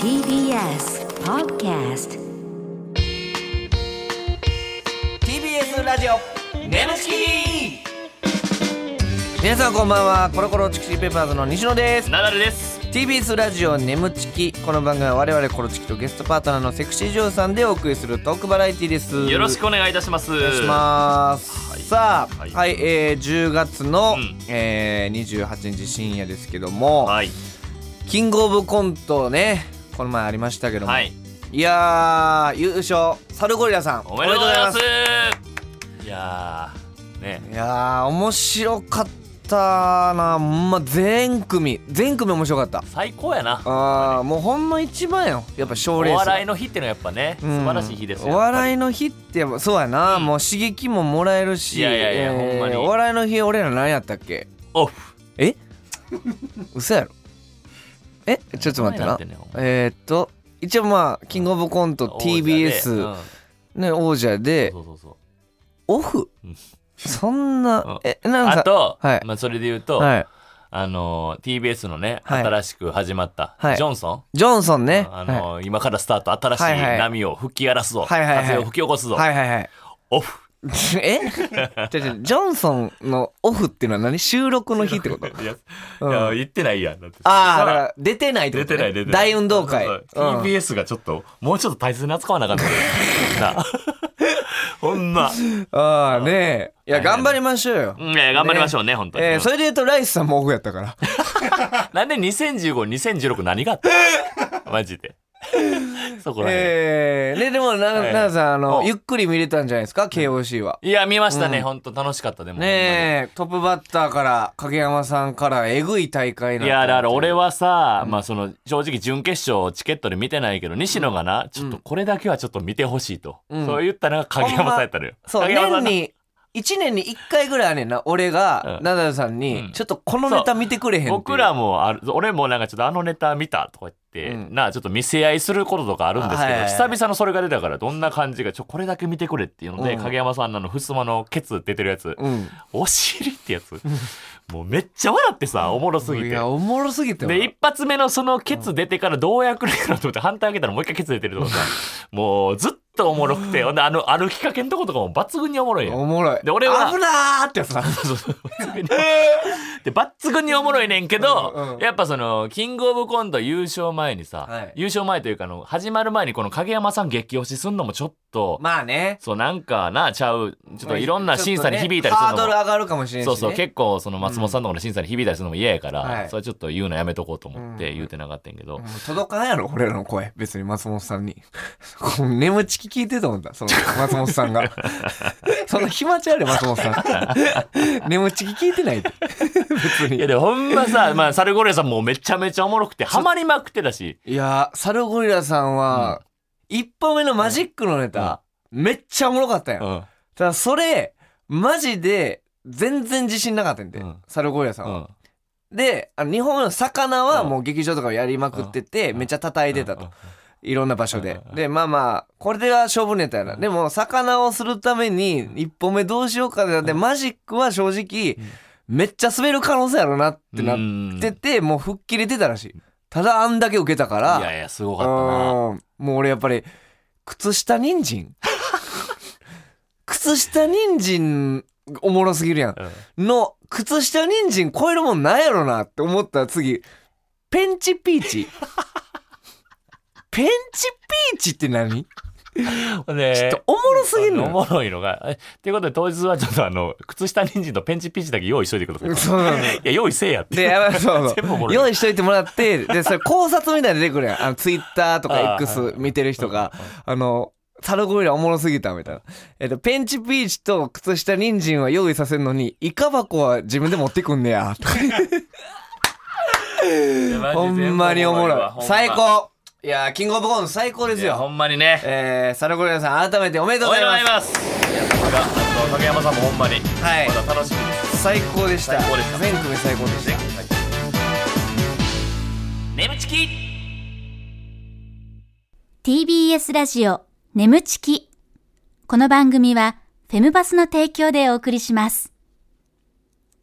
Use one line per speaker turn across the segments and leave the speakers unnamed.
TBS Podcast
TBS ラジオネムチキ皆さんこんばんはコロコロチキチキペーパーズの西野です
ナダルです。
TBS ラジオネムチキこの番組は我々コロチキとゲストパートナーのセクシージョーさんでお送りするトークバラエティです
よろしくお願いいたします。お
お願いします、
はい
さあは、
はいい
えー、10月の、
うん
えー、28日深夜ですけども、
はい。
キングオブコントねこの前ありましたけども、、
はいい。
やー優勝サルゴリラさん
おめでとうございます
おめでとうござい。
いやー、ね
い。やー面白かったなほんま全組全組面白かった
最高やな。
あーもうほんの一番よやっぱ賞
お
レース
笑いの日ってのはやっぱね、素
うん
晴らしい日ですよ。
お笑
い。
いの日ってやっぱそうやな、もう刺激ももらえるし
いやいやいやほんまに
お笑いの日俺ら何やったっけ
オフ。
え嘘やろえちょっと待ってな
何やってんねんほんま
えー、っと一応まあキングオブコント
王者
TBS ね王者
で
で
うんそうそうそう
オフ
うん
そんな
うん
えなん
あ
か
と、
はい
まあそれで言うと、
はい
あのー TBS のね、
はい
新しく始まった、
はい
ジョンソン。
ジョンソンね
あのー今からスタート、新しい
はいはい
波を吹き荒らすぞ。
はいはいはい
風を吹き起こすぞ。
はいはいはい
オフ。
え じゃじゃジョンソンのオフっていうのは何収録の日ってこと
いや、
うん
いや言ってないやん。だって
ああ、
さ
だから出てないってこと、ね、
出てない出てない
大運動会。
そううそうん TBS がちょっともうちょっと大切に扱わなあかっ たな あほんま
ああ、ねえ。いや、
大変や
頑
ね
張りましょうよ。
うんいや頑張りましょうね本当に、
えーそれで言うと、ライスさんもオフやったから。
なんで20152016何があった マジでそこらへん、
えー、ね、でも、な、
はい
ななさん、あの、
お
ゆっくり見れたんじゃないですか、KOC は。
いや見ましたね、
うん
ほん、本当楽しかったでも
ねえ、トップバッターから、影山さんから、えぐい大会
ほん
なん
まにい
て
やだから俺。はさ、まあその正直準決勝チケットで見てないけど西野がなちょっとこれだけはちょっと見てほしいと、
うん
そう言ったのが影山さんやったのよ、
そう、
影山
年
さんが
に、1年に1回ぐらいあんねんな、俺が、
うん
ナダルさん
う
に、
ん
ちょっとこのネタ見てくれへんっていう
僕らもある俺もなんかちょっとあのネタ見たとか言って、
うん
なあちょっと見せ合いすることとかあるんですけ
はい
ど、
はいはい
久々のそれが出たからどんな感じがちょこれだけ見てくれっていうので、
うん
影山さんのあのふすまのケツ出てるやつ、
うん。
お尻ってやつもうめっちゃ笑ってさおもろすぎ
い
て
や、。おもろすぎて。
で一発目のそのケツ出てからどうやくれるかなと思って反対開けたらもう一回ケツ出てるとかさもうずっとおもろくてほんであの歩きかけんとことかも抜群におもろいやん
おもろい。
で俺は
危なーってやつな。
そうそう抜群にで抜群におもろいねんけど、
うんうん
やっぱそのキングオブコント優勝前にさ、
はい
優勝前というかあの始まる前にこの影山さん激推しすんのもちょっと、
まあね。
そうなんかなちゃうちょっといろんな審査に響いたり
ち
す
ょっとねハー
るの
ド
も
ル。上がるかもしれんし、ね。
そうそう結構その松本さんとかの審査に響いたりするのも嫌やから、
はい
それちょっと言うのやめとこうと思っ
う
て
ん
言うてなかったんやけど、
もう届かんやろ俺らの声別に松本さんにこの眠ちき聞いてると思ったその松本さん がそんな暇ちゃうで松本さ ん眠ちき聞いてないって 別
いや
に
でもほんまさ、 まあ、サルゴリラさんもめちゃめちゃおもろくてハマりまくってたし
いやーサルゴリラさんは、一本目のマジックのネタ、めっちゃおもろかったよ、
うん
ただそれマジで全然自信なかったんで、
うん
サルゴリラさん
う
は、
ん
であの日本の魚はもう劇場とかをやりまくってて、
うん
めっちゃ叩いてたと、いろんな場所で
うん、うん
でまあまあこれでは勝負ネタやな、
うん
でも魚をするために一歩目どうしようかってなって、マジックは正直、めっちゃ滑る可能性やろなってなってて、もう吹っ切れてたらしいただあんだけ受けたから
いやいやすごかったな
うんもう俺やっぱり靴下人参 靴下人参おもろすぎるやん
うん
の靴下人参超えるもんないやろなって思ったら次ペンチピー チペンチピーチって何
で
ちょっとおもろすぎる
あのお
の
もろいのが。えっていうことで当日はちょっとあの、靴下人参とペンチピーチだけ用意しといてください。
よ
い
そうなの
や、用意せえやって。
でやばいそう
全部
そ
おも
う
ろい
用意しといてもらってでそれ考察みたいに出てくるやんあのツイッターとか
あー
X 見てる人があのサルゴリラおもろすぎたみたいな、えっと、ペンチピーチと靴下人参は用意させるのにイカ箱は自分で持ってくんね やほんまにおもろい最。高いやーキングオブコント最高です
いや、ほ
よ
んまにね。
えー、サルゴリラさん改めておめでとう
お
ご
め
ざ
で
い
とうご
ま
ざ
す
います。いや、また、あの、影山さんもほんまに。
はい
また楽しみです。
最高でした
最高でした
全組最高でした
眠ちき
TBS ラジオ眠ちき。この番組はフェムバスの提供でお送りします。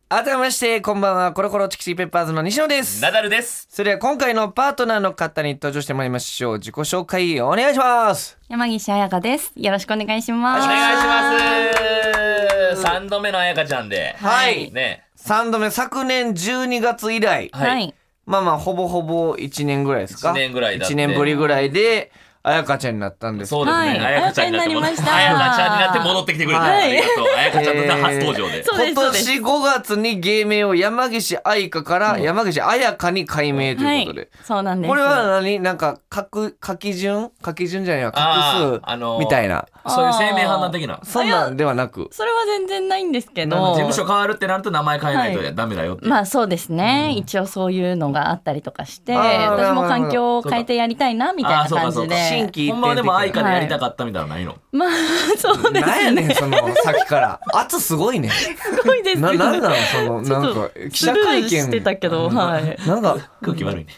改めましてこんばんはコロコロチキチキペッパーズの西野です
ナダルです。
それでは今回のパートナーの方に登場してもらいましょう自己紹介お願いします
山岸彩香です。よろしくお願いしま
お
す。
願いします。三度目のあやかちゃんで。
はい
ね。
3度目昨年12月以来
す
は
はい
い。
まあまあほぼほぼ1年ぐらいですか
一年ぐらいだって
1年ぶりぐらいであやかちゃんになったんです
そうですね。
はい
あやかちゃんになっても
あやかになりました
あやかちゃんになって戻ってきてくれた。
はい
ありがとう。あやかちゃんと
えー
初登場で。
そうです
今年5月に芸名を山岸愛香から山岸彩香に改名ということで、
そうなんです。
これは何なんか書く書き順書き順じゃないわ
あー
画
あの
数
ー
みたいな
そういう生命判断的な。
そんなんではなく
それは全然ないんですけ
なん
ど。
だ
事務所変わるってなると名前変えない
は
とダメだよって。
まあそうですね、一応そういうのがあったりとかして
あー
私も環境を変えてやりたいなみたいな感
あーそ
じ
う
で
か
新規一
ほんまはでも愛
点的
花
な
でやりたかったみたいなのないの。
まあそうです
なんやねんその先から圧すごいね
す ごいです
な
ね
なんなのその
ちょっ
なんか
と
記
スル
者会
ー
見
してたけどはい
なんか
空気悪いね。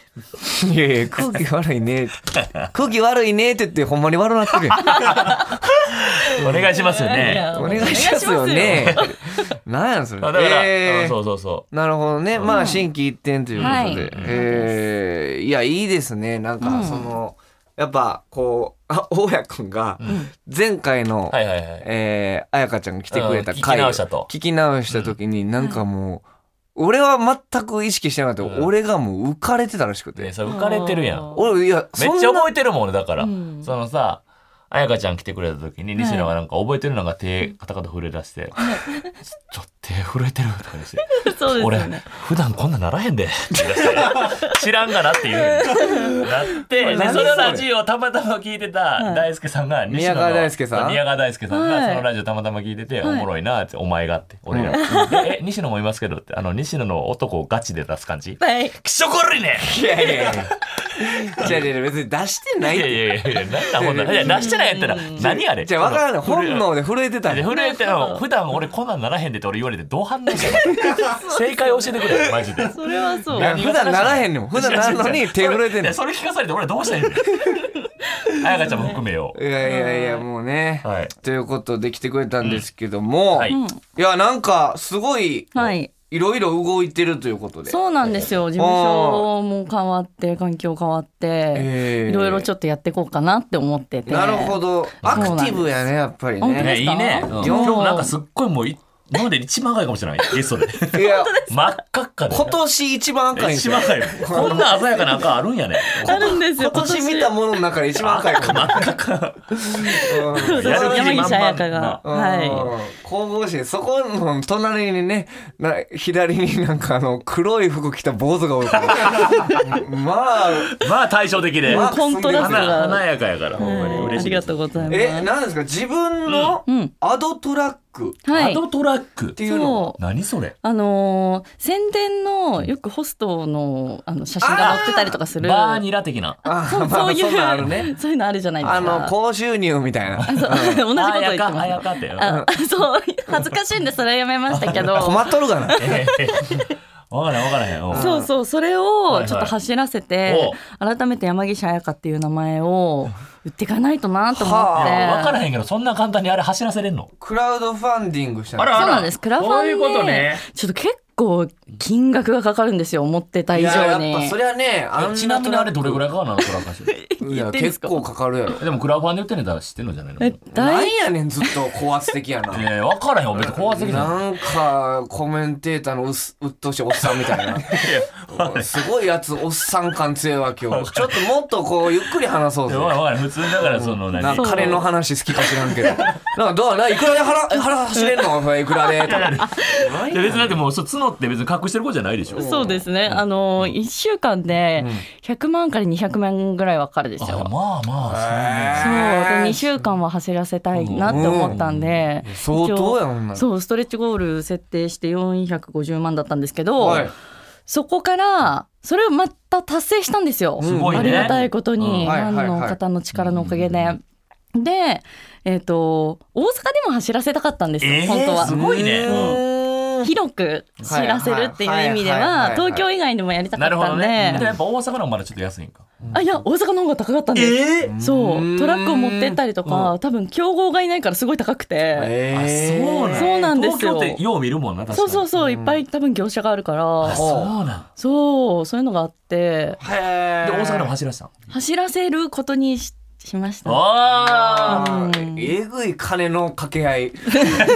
いやいや 空気悪いね空気悪いねって言ってほんまに悪なってる やん
お願いしますよ
い
ね。
や
お願いしますよねなんやねんそれ
あだから、
えー
うんそうそうそ
なるほどね、まあ心機一転ということで、
はい
えーいやいいですねなんかその、やっぱこうあ大家くんが前回の、
う。はいはいはい。
えー、彩香ちゃんが来てくれた
うん聞き
回を
直したと
聞き直した時になんかもう、俺は全く意識してなかった、
うん
俺がもう浮かれてたらしくて、
ね、それ浮かれてるやん。
俺いや
めっ
そん
ちゃ
な
覚えてるもん俺だから、
うん
そのさ彩香ちゃん来てくれた時に西野がなんか覚えてるのが手カタカタ震え出して 「ちょっと手震えてる」とか言って
そうです
俺
よね
普段こんなんならへんで」って 言い出して知らんがなっていう風になって
れ
で
何
そ
それ
のラジオをたまたま聞いてた
い
大輔さんが西
宮
野の
川大輔さん
宮川大輔さんが
はい
そのラジオたまたま聞いてて「
い
おもろいな」って「お前が」って俺ら「でえ西野もいますけど」ってあの西野の男をガチで出す感じ
はい
「気色悪いね!」
いやいやいやじゃあ別に出してない
い
っ
やい
て
やいや、なんだほんなら。いや、出してないやったら、何あれ。
じゃあ分からない本能で震えてたん
で
や
震えての普段俺こんなんならへんでって俺言われてどう反応 したの正解教えてくれマジで
それはそう
いや
何
普段ならへんねん普段なるのに手震えてん
い
の
やそれ聞かされて俺どうしたらいい の彩香ちゃんも含めよう
いやいやいやもうね、
はい
ということで来てくれたんですけども、
はい
い、やなんかすごい、
はい
いろいろ動いてるということで
そうなんですよ事務所も変わって環境変わって
えー
いろいろちょっとやっていこうかなって思ってて
なるほどアク
んです
ティブやねやっぱり
本当
ね
ね
です
い
か
いねうん
うん
今日なんかすっごいもうい今まで一番赤いかもしれないゲ ストで
いや
真っ赤っかで
今年一番赤いんですよ
一番赤いこんな鮮やかな赤あるんやね
あるんですよ
今年見たものの中で一番赤い かも
そう
やる気満
山
々
岸彩香が
うん
は
神々しいそこの隣にねな左になんかあの黒い服着た坊主が おるからまあ
まあ対照的で
ま
いコントラス
華
トが
華やかやからほんまに
あ
嬉しい
り
で
が
す
とうございます
えなんですか自分の
うん
アドトラックっ
はい
アドトラック
ていうの
そう
何それ
あのー宣伝のよくホストのあの写真が載ってたりとかする
バーニラ的な。
あ
そう
まあ
そうい
そんなんある
う、
ね
そういうのあ るじゃないですか。
あの高収入みたいな
そう同じこと言ってま
あ
す
や
よ。
かあやかって。
あそう恥ずかしいんでそれはやめましたけど
困っとるかな
えーわからんわからへん。おう
そうそうそれ
はい
を
はい
ちょっと走らせて、改めて山岸彩香っていう名前を売っていかないとなと思って、
はあ
わからへんけど、そんな簡単にあれ走らせれんの
クラウドファンディングしたの
あら
そうなんですクラファン
そう
で
いうことね
ちょっと結構金額がかかるんですよ思ってた以
いや
上に
やっぱそりゃねあん
ちなみにあれどれぐら
い
いかかるのクラファンして
い
言
や
っていいんで
結
すか
構かかるやろ
でもクラファンで売ってんねたら知ってんのじゃないの
え
え
な
大
んやねんずっと高圧的やな
ーわからへんよ。別に高圧的じゃん。
なんかコメンテーターのうっすうっとうしいおっさんみたい なすごいやつおっさん感強いわ今 日ちょっともっとこうゆっくり話そう
い
ぜ
やわからんわからん普通だからその
なん
何
か金の話好きか知らんけどなんかどうないくらで腹え腹走れんのお前いくらでとか
いや別にだってもうそう角って別に隠してる子じゃないでしょ
そうですね。あの一週間で100万から200万ぐらいはかかるです
あ
よ。
まあまあ
そうで二週間は走らせたいなって思ったんで、
相当やもん
一
な
応そうストレッチゴール設定して450万だったんですけど、
はい
そこからそれをまた達成したんですよ。
すごいね
ありがたいことに、
うん
はいはい
フ
はい
ァンの方の力のおかげで。で、えっ、と大阪でも走らせたかったんですよ、
えー
本当は。
すごいね
うーんうん
広く知らせるっていう意味では
はいはいはいはい
東京以外でもやりたか
な
っ
るほ
た
ど
ん
ね。で
で
もやっぱ大阪の方がまだちょっと安いんか。
あいや大阪の方が高かったんです
え
そうトラックを持ってったりと
う
か多分競合がいないからすごい高くて
えー
そうなん
そうなんですよ
東京ってよう見るもんな、確か
そ
に。
うそうそういっぱい多分業者があるから
あそうなん。
そうそういうのがあって
へー
で、大阪でも走らせたの。
走らせることにししました
ああ。
あーえぐい金の掛け合い。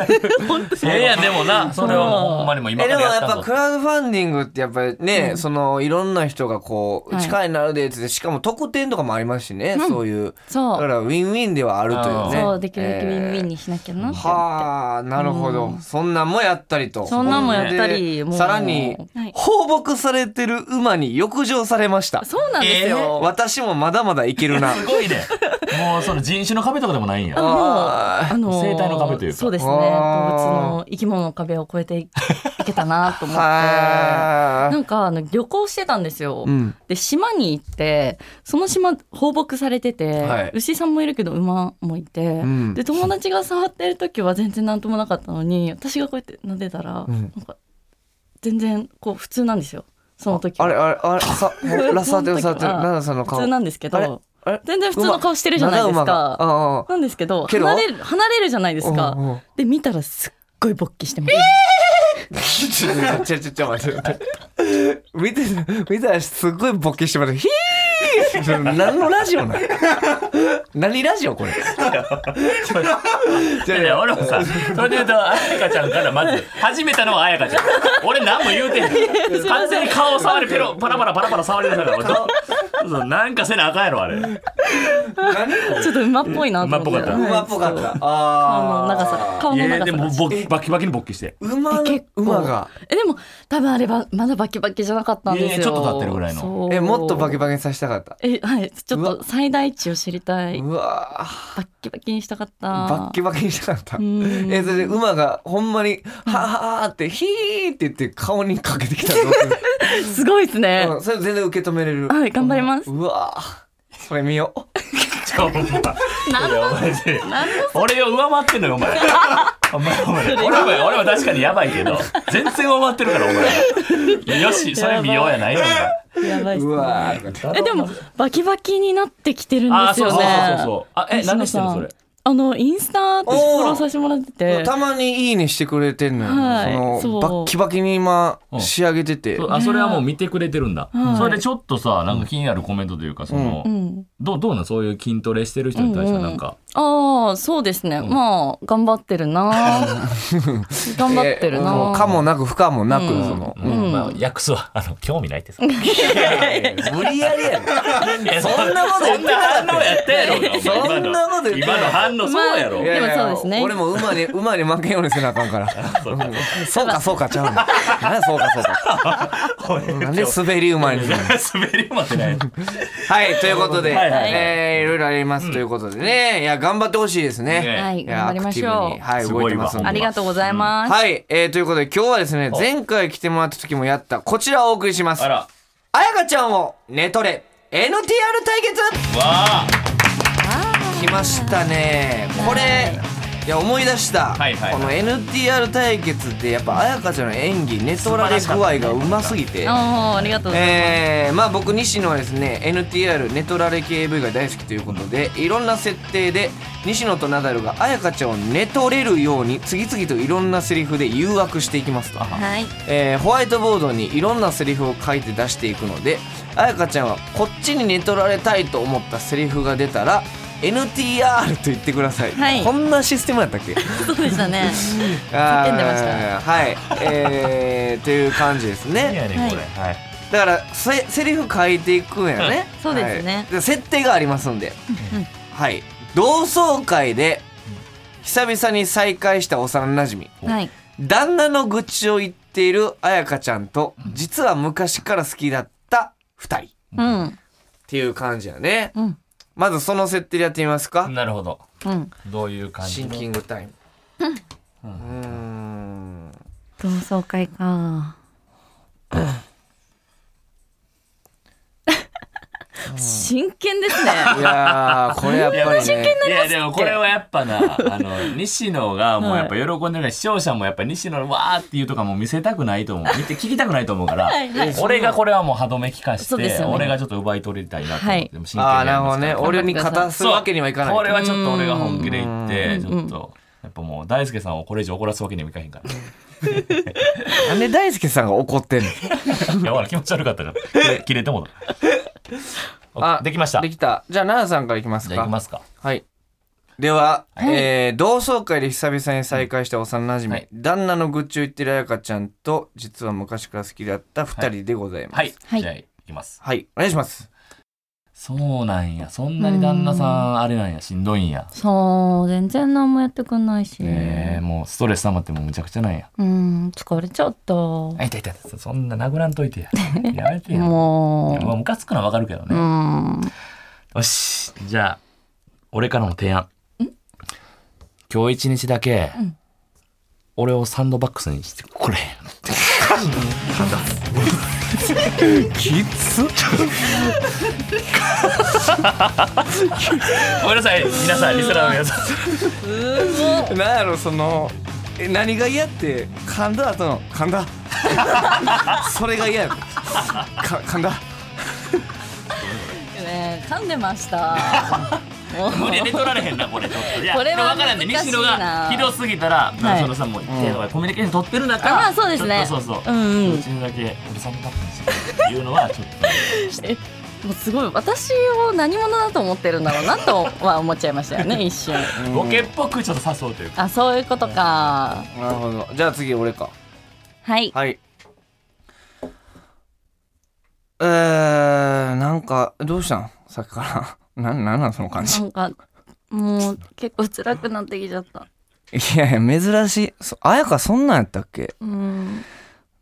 いやいや、でもな、それはもうほんまにもう今
え
か
で
ら
も
や
やっ
っ
たぱ
ぞ
ク。ラウドファンディングってやっぱりね、そのいろんな人がこう
はい
力になるでつってしかも特典とかもありますしね、そういうだ
そ
か
う
らウィンウィンではあるというね
そうできるだけウィンウィン
え
にしなきゃなって
ー
思っ
はあなるほど、
うん
そんなんもやったりと
てそんなんもやったり
で
もう
さらに
はい
放牧されてる馬に浴場されました
そうなんですよ
私もまだまだいける な
すごいね。もうその人種の壁とかでもないんや。
あ
あのー
生態の壁というか
そうですね動
あー
物の生き物の壁を越えていいけたなと思ってな
はあ
んかあの旅行してたんですよ、
うん
で島に行ってその島放牧されてて、
はい
牛さんもいるけど馬もいて、
ん
で友達が触ってる時は全然何ともなかったのに私がこうやって撫でたら、
うん
なんか全然こう普通なんですよその時は
あれあれあれ さラサーテルサーテル
あ
ナナさんの
普
顔
通なんですけ
あれ
ど
あれ
全然普通の顔してるじゃないです
馬が
か。
ああ
なんですけど
けど
離れる離れるじゃないですか
うんうん。
で見たらすっごい勃起してます。
ちょちょちょちょ待って待って。見て見たらすっごいボケしてました。ひー何のラジオなの何ラジオ これ。
いやいや、俺もさ、それで言うと、あやかちゃんからまず、始めたのはあやかちゃん。俺何も言うてへ ん。完全に顔を触り、ペロ、パラパラパラパラ触れるから、俺どう そうなんかせなあかんやろ、あれ。
ちょっと馬っぽいなと思って。
馬っぽか
馬っぽかっ。
った
はいそう
た。あ
顔の長さ。顔
い
の
や、
長
で
さ
も
が。
ぼ、バキバキに勃起して。
馬
え結構
馬が。
えでも多分あればまだバキバキじゃなかったんですよ。
いやいやちょっと経ってるぐらいの
そう
えもっとバキバキにさせたかった。
えはいちょっ
うわ。
と最大値を知りたいう
わー
バッキバキにしたかった。
バッキバキにしたかった。
ん
えそれで馬がほんまに「はあはあ」って「ひー」って言って顔にかけてきたらどうする
すごいですね。
うんそれ全然受け止めれる。
はい頑張ります
うわーそれ見よう。
ちょ、お前。
な
い
ん
やお前俺を上回ってんのよ、お 前。お前、お前。俺は、俺は確かにやばいけど、全然上回ってるから、お前。よし、それ見ようやないよ、お前。
やばいっす
う
ね。
わ
えでもバキバキになってきてるん
あ
で
ー、
す
そう
よ
そう
ね。
そうそう。あ、え、
西野
何してんの、
さ
そ
ん
れ。
あのインスタってフォローさせてもらってて。
たまに「いいね」してくれてんのよ、
はい
その
そう
バッキバキに今
うん
仕上げてて
そうあそれはもう見てくれてるんだ、
はい
それでちょっとさなんか気になるコメントというかその、
うん。
どうどうなんそういう筋トレしてる人に対してはなんか、
ああそうですね。まあ頑張ってる な。頑張ってる
えーも
な
う。かもなく不可もなく、
うん
その、
うん
うん
まあ、訳すはあの興味ないってさ
無理やりや
そんなことそんな反応やったやろ
そんなこと言って
今の反応そうやろ、
まあでもそうですね
俺も馬に馬に負けんようにせなあかんからうんそうかそうかちゃうのなんやそうかそう か
おい
なんで滑り馬にするの
滑りもってない
はいということで、
はいはいはい
えーいろいろあります、ということでねいや頑張ってほしいですね
ね
はい
いや
頑張りまし
アクティブ
ょ
にはい
すごい
動
わ
いてますんで
う。ありがとうございます。
はい、えー、ということで今日はですね
お
前回来てもらった時もやったこちらをお送りします
あらわ
あやかちゃんをネトレ NTR 対決
あ
来ましたねこれいや思い出した、
はいはいはい
この NTR 対決ってやっぱあやかちゃんの演技ネトラレ具合がうますぎて
ああありがとうござい
えーまあ僕西野はですね NTR ネトラレ系 AV が大好きということでいろんな設定で西野とナダルが彩香ちゃんを寝取れるように次々といろんなセリフで誘惑していきますと、
ます。はい。
えーホワイトボードにいろんなセリフを書いて出していくので彩香ちゃんはこっちに寝取られたいと思ったセリフが出たら NTR と言ってください、
はい
こんなシステムやったっけ
そうでしたね。
あー
叫んでました
はいえー、という感じですね
何やねんこれ、はい
だからせセリフ書いていくんやね、
うんそうですね
はいで設定がありますんで、はい同窓会で久々に再会した幼なじみ
はい。
旦那の愚痴を言っている彩香ちゃんと実は昔から好きだった2人っ
うん
ていう感じやね、
うん
まずその設定でやってみますか、
なるほど
うん。
どういう感
シ
じ
ン
の
キングタイムうーん
同窓会か。 真 剣ですね。
いやーこれやっぱ りね
いやでもこれはや っぱなあの西野がもうやっぱ喜んでるから、視聴者もやっぱ西野のわーっていうとかも見せたくないと思う見て聞きたくないと思うから
はいはい
俺がこれはもう歯止め聞かし
そう
て、
ですよね
俺がちょっと奪い取りたいなと思って、
はい
でも真剣に
ああな
や
る
り
ほ
ま
ど
すから
ね俺に勝たすわけにはいかない
これ
と
はちょっと俺が本気で言ってち
う
ょっとやっぱもう大輔さんをこれ以上怒らすわけにもいかへ んから
なんで大輔さんが怒ってんの
いやほら気持ち悪かったから切れ切れてもうたできました
で
じ
きたじゃあ奈々さんからいきます
ゃあい
か
きますか
はいでは、えー同窓会で久々に再会した幼馴染、
はい
旦那の愚痴を言ってる彩香ちゃんと実は昔から好きだった二人でございます
はい、
はい
じゃあいきます
はい、お願いします
そうなんやそんなに旦那さんあれなんやしんどいんや
そう全然何もやってくんないし、
ねえもうストレス溜まってもうむちゃくちゃなんや。
うん疲れちゃった。も
あ痛い痛い痛いそんな殴らんといて や。やめてや。もう
う。
ムカつくのはわかるけど
う
ね。
ん。
よしじゃあ俺からの提案。今日一日だけ、俺をサンドバックスにしてこ れ。
きつ
ごめんなさい皆さんリスナーの皆さん。
なんやろそのえ何が嫌って噛んだ後の噛んだ それが嫌や か噛んだ
ね噛んで ました。もう
無理で取られへんなこれちょっと。いや
これは
わからんで
難し
西
いな
野がひどすぎたら
い
そのさもう一定のコミュニケーション取ってる中。
あーそうですね
ちょっとそうそう。
うんうん
一日だけ俺サンドバックスにしてっていうのはちょっと。
えもうすごい私を何者だと思ってるんだろうなとは思っちゃいまし たよね一瞬
ボケっぽくちょっと誘うというか。
あそういうことか
なるほどじゃあ次俺か
はい
はい。えー、なんか、どうしたんさっきから。 なん、なんなんその感じ。
なんかもう結構辛くなってきちゃった
いやいや、珍しい。そあやかそんなんやったっけ
うん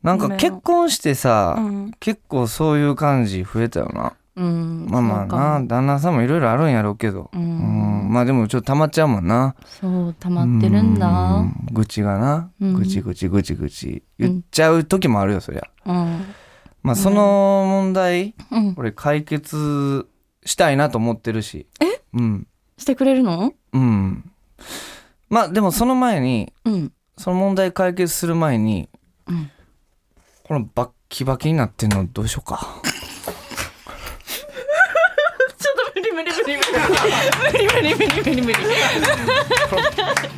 なん
ご
か
めん
結婚してさ、
うん
結構そういう感じ増えたよな。
うん
まあま
そ
あ
うか
な、旦那さんもいろいろあるんやろうけど。う
う
んん、まあでもちょっと溜まっちゃうもんな。
そう溜まってるんだ
う
うん
ん愚痴がな。
うん
愚痴愚痴愚痴愚痴。言っちゃう時もあるよ、そりゃ。
うん、
まあその問題、
うん、
俺解決したいなと思ってるし。えうん。
してくれるの
うん。まあでもその前に、
うん
その問題解決する前に、
うん
このバッキバキになってんのどうしようか。
ちょっと無理無理無理無理無理無理無理無理無理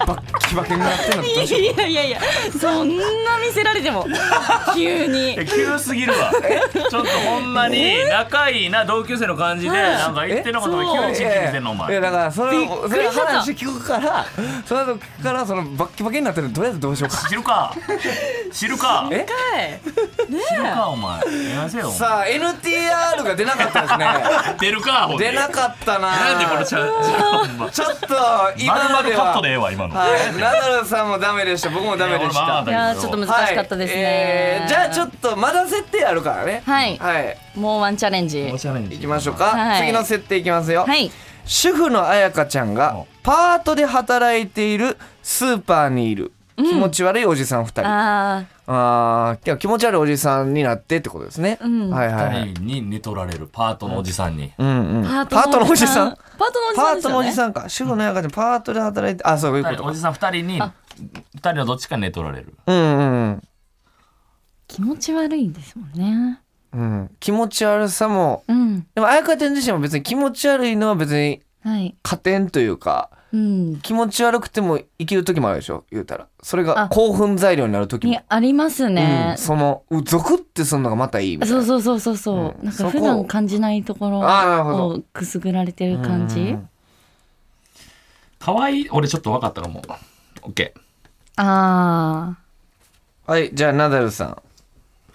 バッキバキになってんのどうしよ
いやいやいやそんな見せられても急に
え急すぎるわちょっとほんまに仲いいな同級生の 感じでなんか言ってんのかと思ったら
う
急
か。
に聞いてんのお
いや
前
だからそれ
びっく
を
り
それ
した
話聞くからその後聞くからそのバッキバキになってるのとりあえずどうしようか
知るか知るか
え
はい
知るかお前やめせよお前
さあ NTR が出なかったです ね
出るかほんで
出なかったな
なんでこのチャンス
ちょっと今
まるま
ま
る
で
カット
は
でええわ今の
はいナダルさんもダメでした僕もダメでし
いや俺も
た
いやーちょっと難しかったですね、
はいえーじゃあちょっとまだ設定あるからね
はい
はい
もうワンチャレンジ
おしゃれに
行きましょうか、
はい
次の設定いきますよ、
はい
主婦の彩香ちゃんがパートで働いているスーパーにいる気持ち悪いおじさん2人、あ
あ
あー気持ち悪いおじさんになってってことですね、
ん
はいはいはい、
二人に寝取られるパートのおじさんに
うんうん、
ー
パートのおじさん
パートのおじ
パ
さん
ー
です
トのお
よ
じ
ね
さんか主婦の彩香ちゃんパートで働いてあそういうこと
お
か
じさん二人に二人のどっちかに寝取られる
うんうん
気持ち悪いんですもんね
うんうん気持ち悪さも
うん
でも彩香ちゃん自身も別に気持ち悪いのは別に
はい
加点というか
うん
気持ち悪くても生きる時もあるでしょ言うたらそれが
あ
興奮材料になる時
に
も、
あります
う
ね
ん、、そのうゾクってするのがまたいいみたいな
そうそうそうそうそう、
うん
なん
そこ
か普段感じないところ
あーなるほど
をくすぐられてる感じ、
うん
可愛い俺ちょっと分かったかもオッケー
あ
はいじゃあナダルさん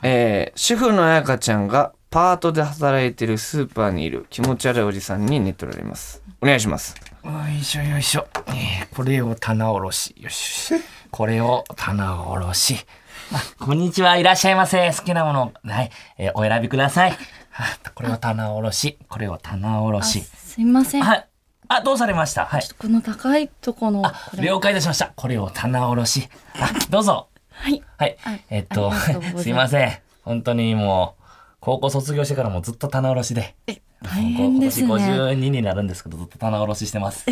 えー、主婦の彩香ちゃんがパートで働いてるスーパーにいる気持ち悪いおじさんに寝取られますお願いします
よいしょよいしょ、えーこれを棚卸しよしよしこれを棚卸しあこんにちはいらっしゃいませ好きなものはい、えーお選びくださいあこれを棚卸しこれを棚卸し
ーすいません、
はいあどうされましたはい
この高いとこの
あ
これ
了解いたしましたこれを棚卸しあどうぞ
はい
はい
はい
えっ
ありがとうございます
すいません本当にもう高校卒業してからもずっと棚卸しで
え大変ですね
今年52になるんですけど、ずっと棚卸ししてます。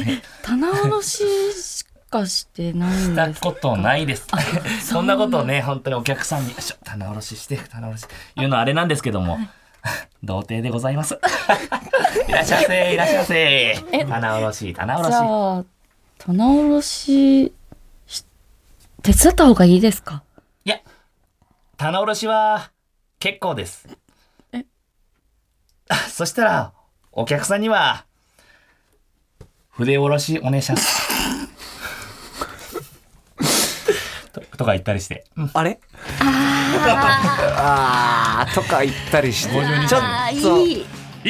棚卸ししかしてないん
し
で
た
す
ことないです。そんなことをね、本当にお客さんに、よいしょ棚卸しして、棚卸し、言うのはあれなんですけども、童貞でございます。 いらっしゃいませ、いらっしゃいませ。棚卸し、棚
じ
卸し。
ゃあ棚卸しし手伝った方がいいですか
いや、棚卸しは結構です。あ そしたら、お客さんには、筆おろしお願いします。 ととか言ったりして。
あれ ああーとか言ったりしてちょ
あ
っと
いい
い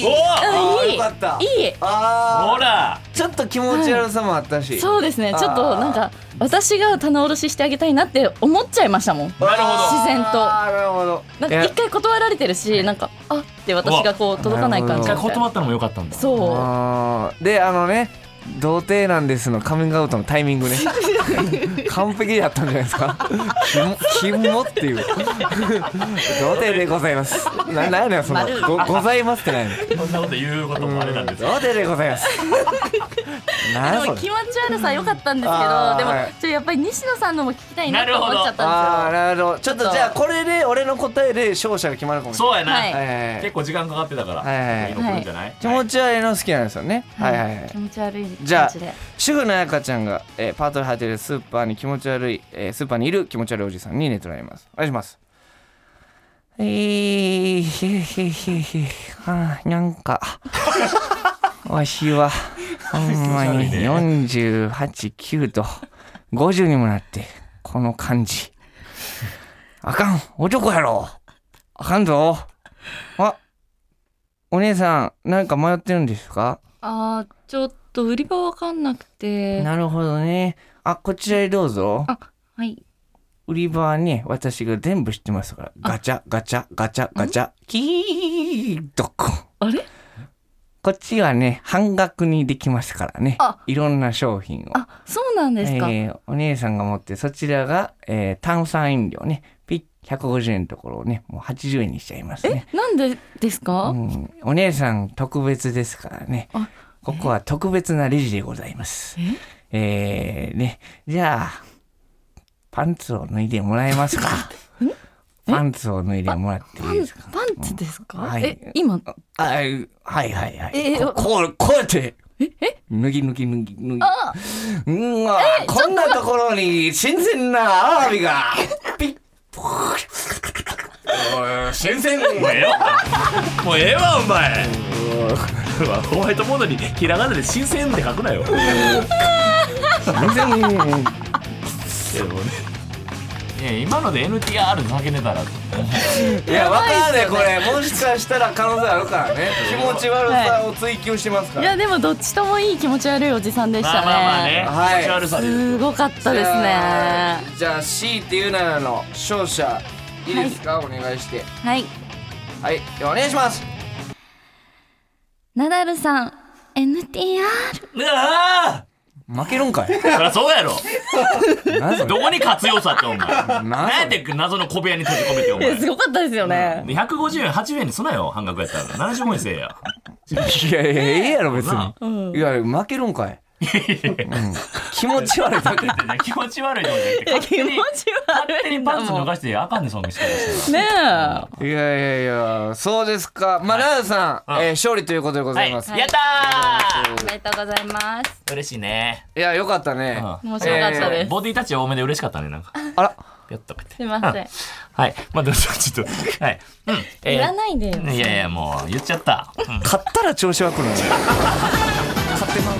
いおー
あーよかった
いい
あ
ほら
ーちょっと気持ち悪さもあったし、
そうですねちょっとなんか私が棚卸ししてあげたいなって思っちゃいましたもん
なるほど
自然と
あーなるほど
なん
いや
か一回断られてるしなんかあって私がこう届かない感
一
じ
回
みたいな
断ったのもよかったんだ。
そう
あーであのね童貞なんですのカミングアウトのタイミングね 完璧だったんじゃないですかキモキモっていう童貞でございますななんやねんそのごございますってないの
そんなこと言うこともあれなんです。
童貞でございますなんやそ
でも
れ
気持ち悪さ良かったんですけ
あー
どでも
はい
ちょやっぱり西野さんのも聞きたいなと思っちゃっ
あ
た
あ
んで
なるほどちょっと
ちょっと
じゃあこれで俺の答えで勝者が決まるかもしれ
そうや
は
な。
い
ない、はいはいは
結
い、
構時間かかってたから。
はいはいはい
いいの来るんじゃない。
気持ち悪いの好きなんですよね、
すよ
はいはいはい
気持ち悪い感じで
じゃあ主婦の彩香ちゃんが、えーパートで働いてるスーパーに気持ち悪い、えースーパーにいる気持ち悪いおじさんに寝取られますお願いしますえー、ひひひひあーなんかわしはほんまに489と50にもなってこの感じあかん男やろあかんぞあお姉さんなんか迷ってるんですか
あーちょっと売り場わかんなくて
なるほどね。あ、こちらへどうぞ。
あはい
売り場はね、私が全部知ってますから。ガチャ、ガチャ、ガチャ、ガチャ、キーっとこ。
あれ
こっちはね、半額にできますからね
あ。
いろんな商品を。
あそうなんですか、
えーお姉さんが持って、そちらが、えー炭酸飲料ね。ピッ、150円のところをね、もう80円にしちゃいますね。
なんでですか、
うん、お姉さん特別ですからね
あ。
ここは特別なレジでございます。えー、ね、じゃあ、パンツを脱いでもらえますか。パンツを脱いでもらって
パ
いい
ン
ですか。
パンツですか、
はい
え今
あはいはいはい。
え
こ
ー
こう、こうやって。脱ぎ脱ぎ脱ぎ脱ぎ。うんわこんなところに新鮮なアワビが。ピッ
新鮮。もうええわ。もうええわ、お前。 ホワイトボードにひらがなで新鮮って書くなよ。
新鮮。
でもね。いや今ので NTR で叫んでたら
いや、わからない、これ、もしかしたら可能性あるから ね。気持ち悪さを追求してますか
い
ら。
やでもどっちともいい気持ち悪いおじさんでしたね,、
まあまあまあね、
はい
気持ち悪さです
すごかったですね
じゃあ、C っていうならの勝者。いいですか、お願いして。
はい
はい、ではお願いします。
ナダルさん NTR
うわ
負けるん かい。
ーそりゃそうやろ
何それ
どこに勝つ要さってお前なん
何そ
や
れ
って謎の小部屋に閉じ込めてお
いや
前
すごかったですよね、
150円80円にすなよ半額やったら75円せえや
いやいや、ええやろ、別に
な。
いや、負けるんかい。うん気持ち悪いだけ。
気持ち悪いのに勝
気
手
持
に
ち悪いん
パ
だ
ンツ脱
もんね
がしてあかんねそんな人
え
いやいやいや、そうですか。まあ、ラウさん、
うん
えー勝利ということでございます。
やった
おめでとうございます
ー嬉しいね
いや、よかったね。
うん
面白かったです、
ボディタッチ多めで嬉しかったねなんか
あら。
ぴょっとかって
すいません
はいまあでもちょっとはいうんえー
言わないでよ
いやいやもう言っちゃったうん
買ったら調子悪くなる買ってまうよ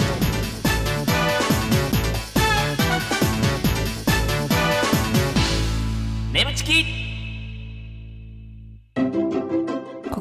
眠ちき
こ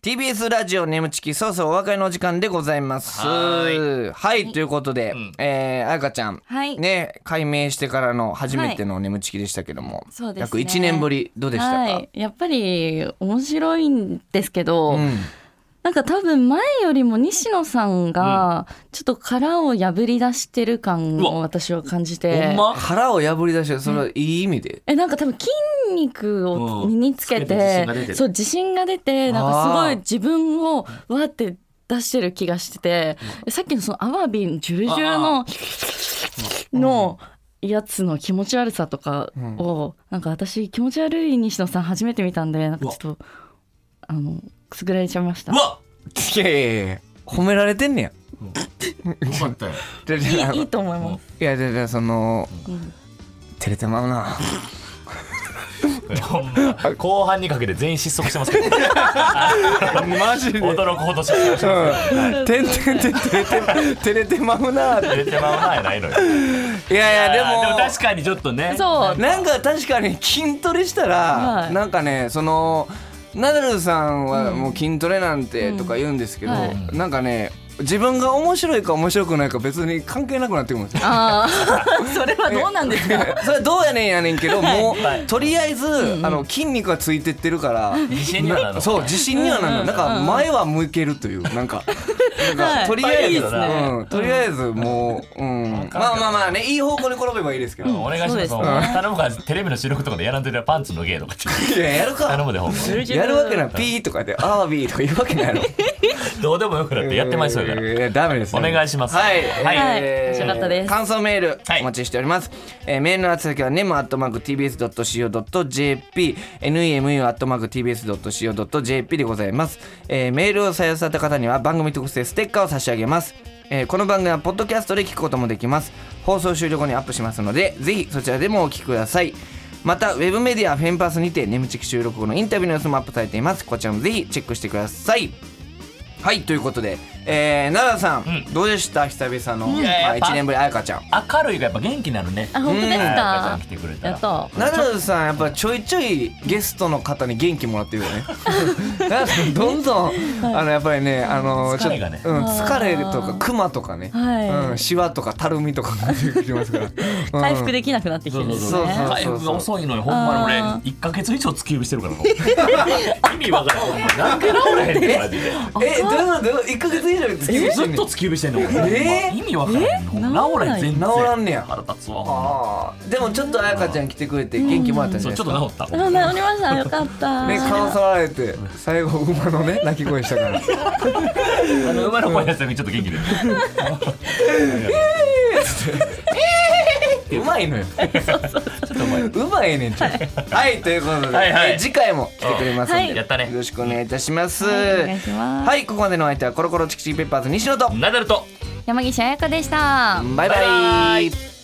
TBS ラジオ眠ちきそろそろお別れの時間でございます。
は
はいということで、
ん
えー、あやかちゃん、
はい
ね、解明してからの初めての眠ちきでしたけども、
そうです
約
ね
1年ぶり、どうでしたか、
はい、やっぱり面白いんですけど、
うん、
なんか多分前よりも西野さんがちょっと殻を破り出してる感を私は感じ
ほ
て
んま
腹を破り出して、それはいい意味で。
えなんか多分筋肉を身につけ
うんつけて自信
て
が出てる
そう自信が出てなんかす
あ
ご
ー
い自分をわーって出してる気がしててさっきのそのアワビのジュルジュルの のやつの気持ち悪さとかをなんか私気持ち悪い西野さん初めて見たんでなんかちょっとあのくすぐられちゃいました
う。わ
いやいやいや、褒められてんねや。
よかったよ。
いや
いいいいと思います。
いやいやいやその、照れてまうな。
ほんま後半にかけて全員失速してますけど、
マジで。
驚くほど失速してま す
うん、てんてんてんてんてん照れてまうなって
けど、出てまう前ないのよ。
いやいやで
あー
も
確かにちょっとね。
そう
なんか確かに筋トレしたら、
はい
なんかねそのナダルさんはもう筋トレなんてとか言うんですけど、
うんは
なんかね自分が面白いか面白くないか別に関係なくなってくるんですよ。
ああ、 それはどうなんですか。
それどうやねんやねんけどもう、
はい
とりあえず、あの筋肉はついてってるから
自信にはなるの
そう自信にはなるの、なんか前は向けるというなんか。なんか
はい
とりあえ
いい
ず、
ですね
うん、とりあえずもう、うん、まあまあまあねいい方向に転べばいいですけど、
お願いします。
そうですね
もう頼むからテレビの収録とかでやらんといたらパンツ脱げとか って
いややるか
頼むでほんま。
やるわけないピーとかでアワビーとか言うわけないやろ
どうでもよくなってやってまいそうやから。
いやダメです
お願いします
はい
はい
面白かったです
感想メール
はい
お待ちしております、えーメールの宛先は nemu.tbs.co.jp nemu.tbs.co.jp でございます、えーメールを採用された方には番組特製ステッカーを差し上げますえーこの番組はポッドキャストで聞くこともできます放送終了後にアップしますのでぜひそちらでもお聞きくださいまたウェブメディアフェンパスにて眠ちき収録後のインタビューの様子もアップされていますこちらもぜひチェックしてくださいはいということで、えー、奈良さん、どうでした久々の、
いや
まあ、
やっぱ
1年ぶりあやかちゃん
明るいがやっぱ元気になるね。
あ、本当で
あ
す
や
か
かちゃん来。てくれた
や
ら
っ。と。
奈良さんやっぱちょいちょいゲストの方に元気もらってる よね奈良さんどんどんあのやっぱりねあの
疲れがね
ちょっとうん、疲れとかクマとかね、
はい
うん、シワとかたるみとかが出てきますから、うん
回復できなくなってきてるんで
そう
す
そう
ね。
回復が遅いのよ、ほんまに俺、1ヶ月以上突き指してるからな 意味わからん、ほんまなんで治らへんねん、マジで。
えどういうことどう1か月以上付き合いしてん
ずっ
ねん
と突き指してんの、俺
えー
ほんま意味わからへん、ほんま治らへん、全然。
治らんねや
腹立つわ、ほんま
あーでもちょっとあやかちゃん来てくれて元気もらったんじ
そ
ゃ
う、
ないで
ちょ
す
っ
か
と治った。
あ、治りました。よかった。
ね顔触られて最後馬のね鳴き声したから
あの馬の声出した時ちょっと元気で。
うま いのよ。うまいねんちょっと。はい、ということで、
はいはい
えー次回も来てくれますん
うんは
で、
い
やったね
よろしくお願いいたします。
はいお願いします
はい、ここまでのお相手はコロコロチキチキペッパーズ西野と、
ナダルと
山岸彩香でした。
バイバ
バイバ
イ
イ。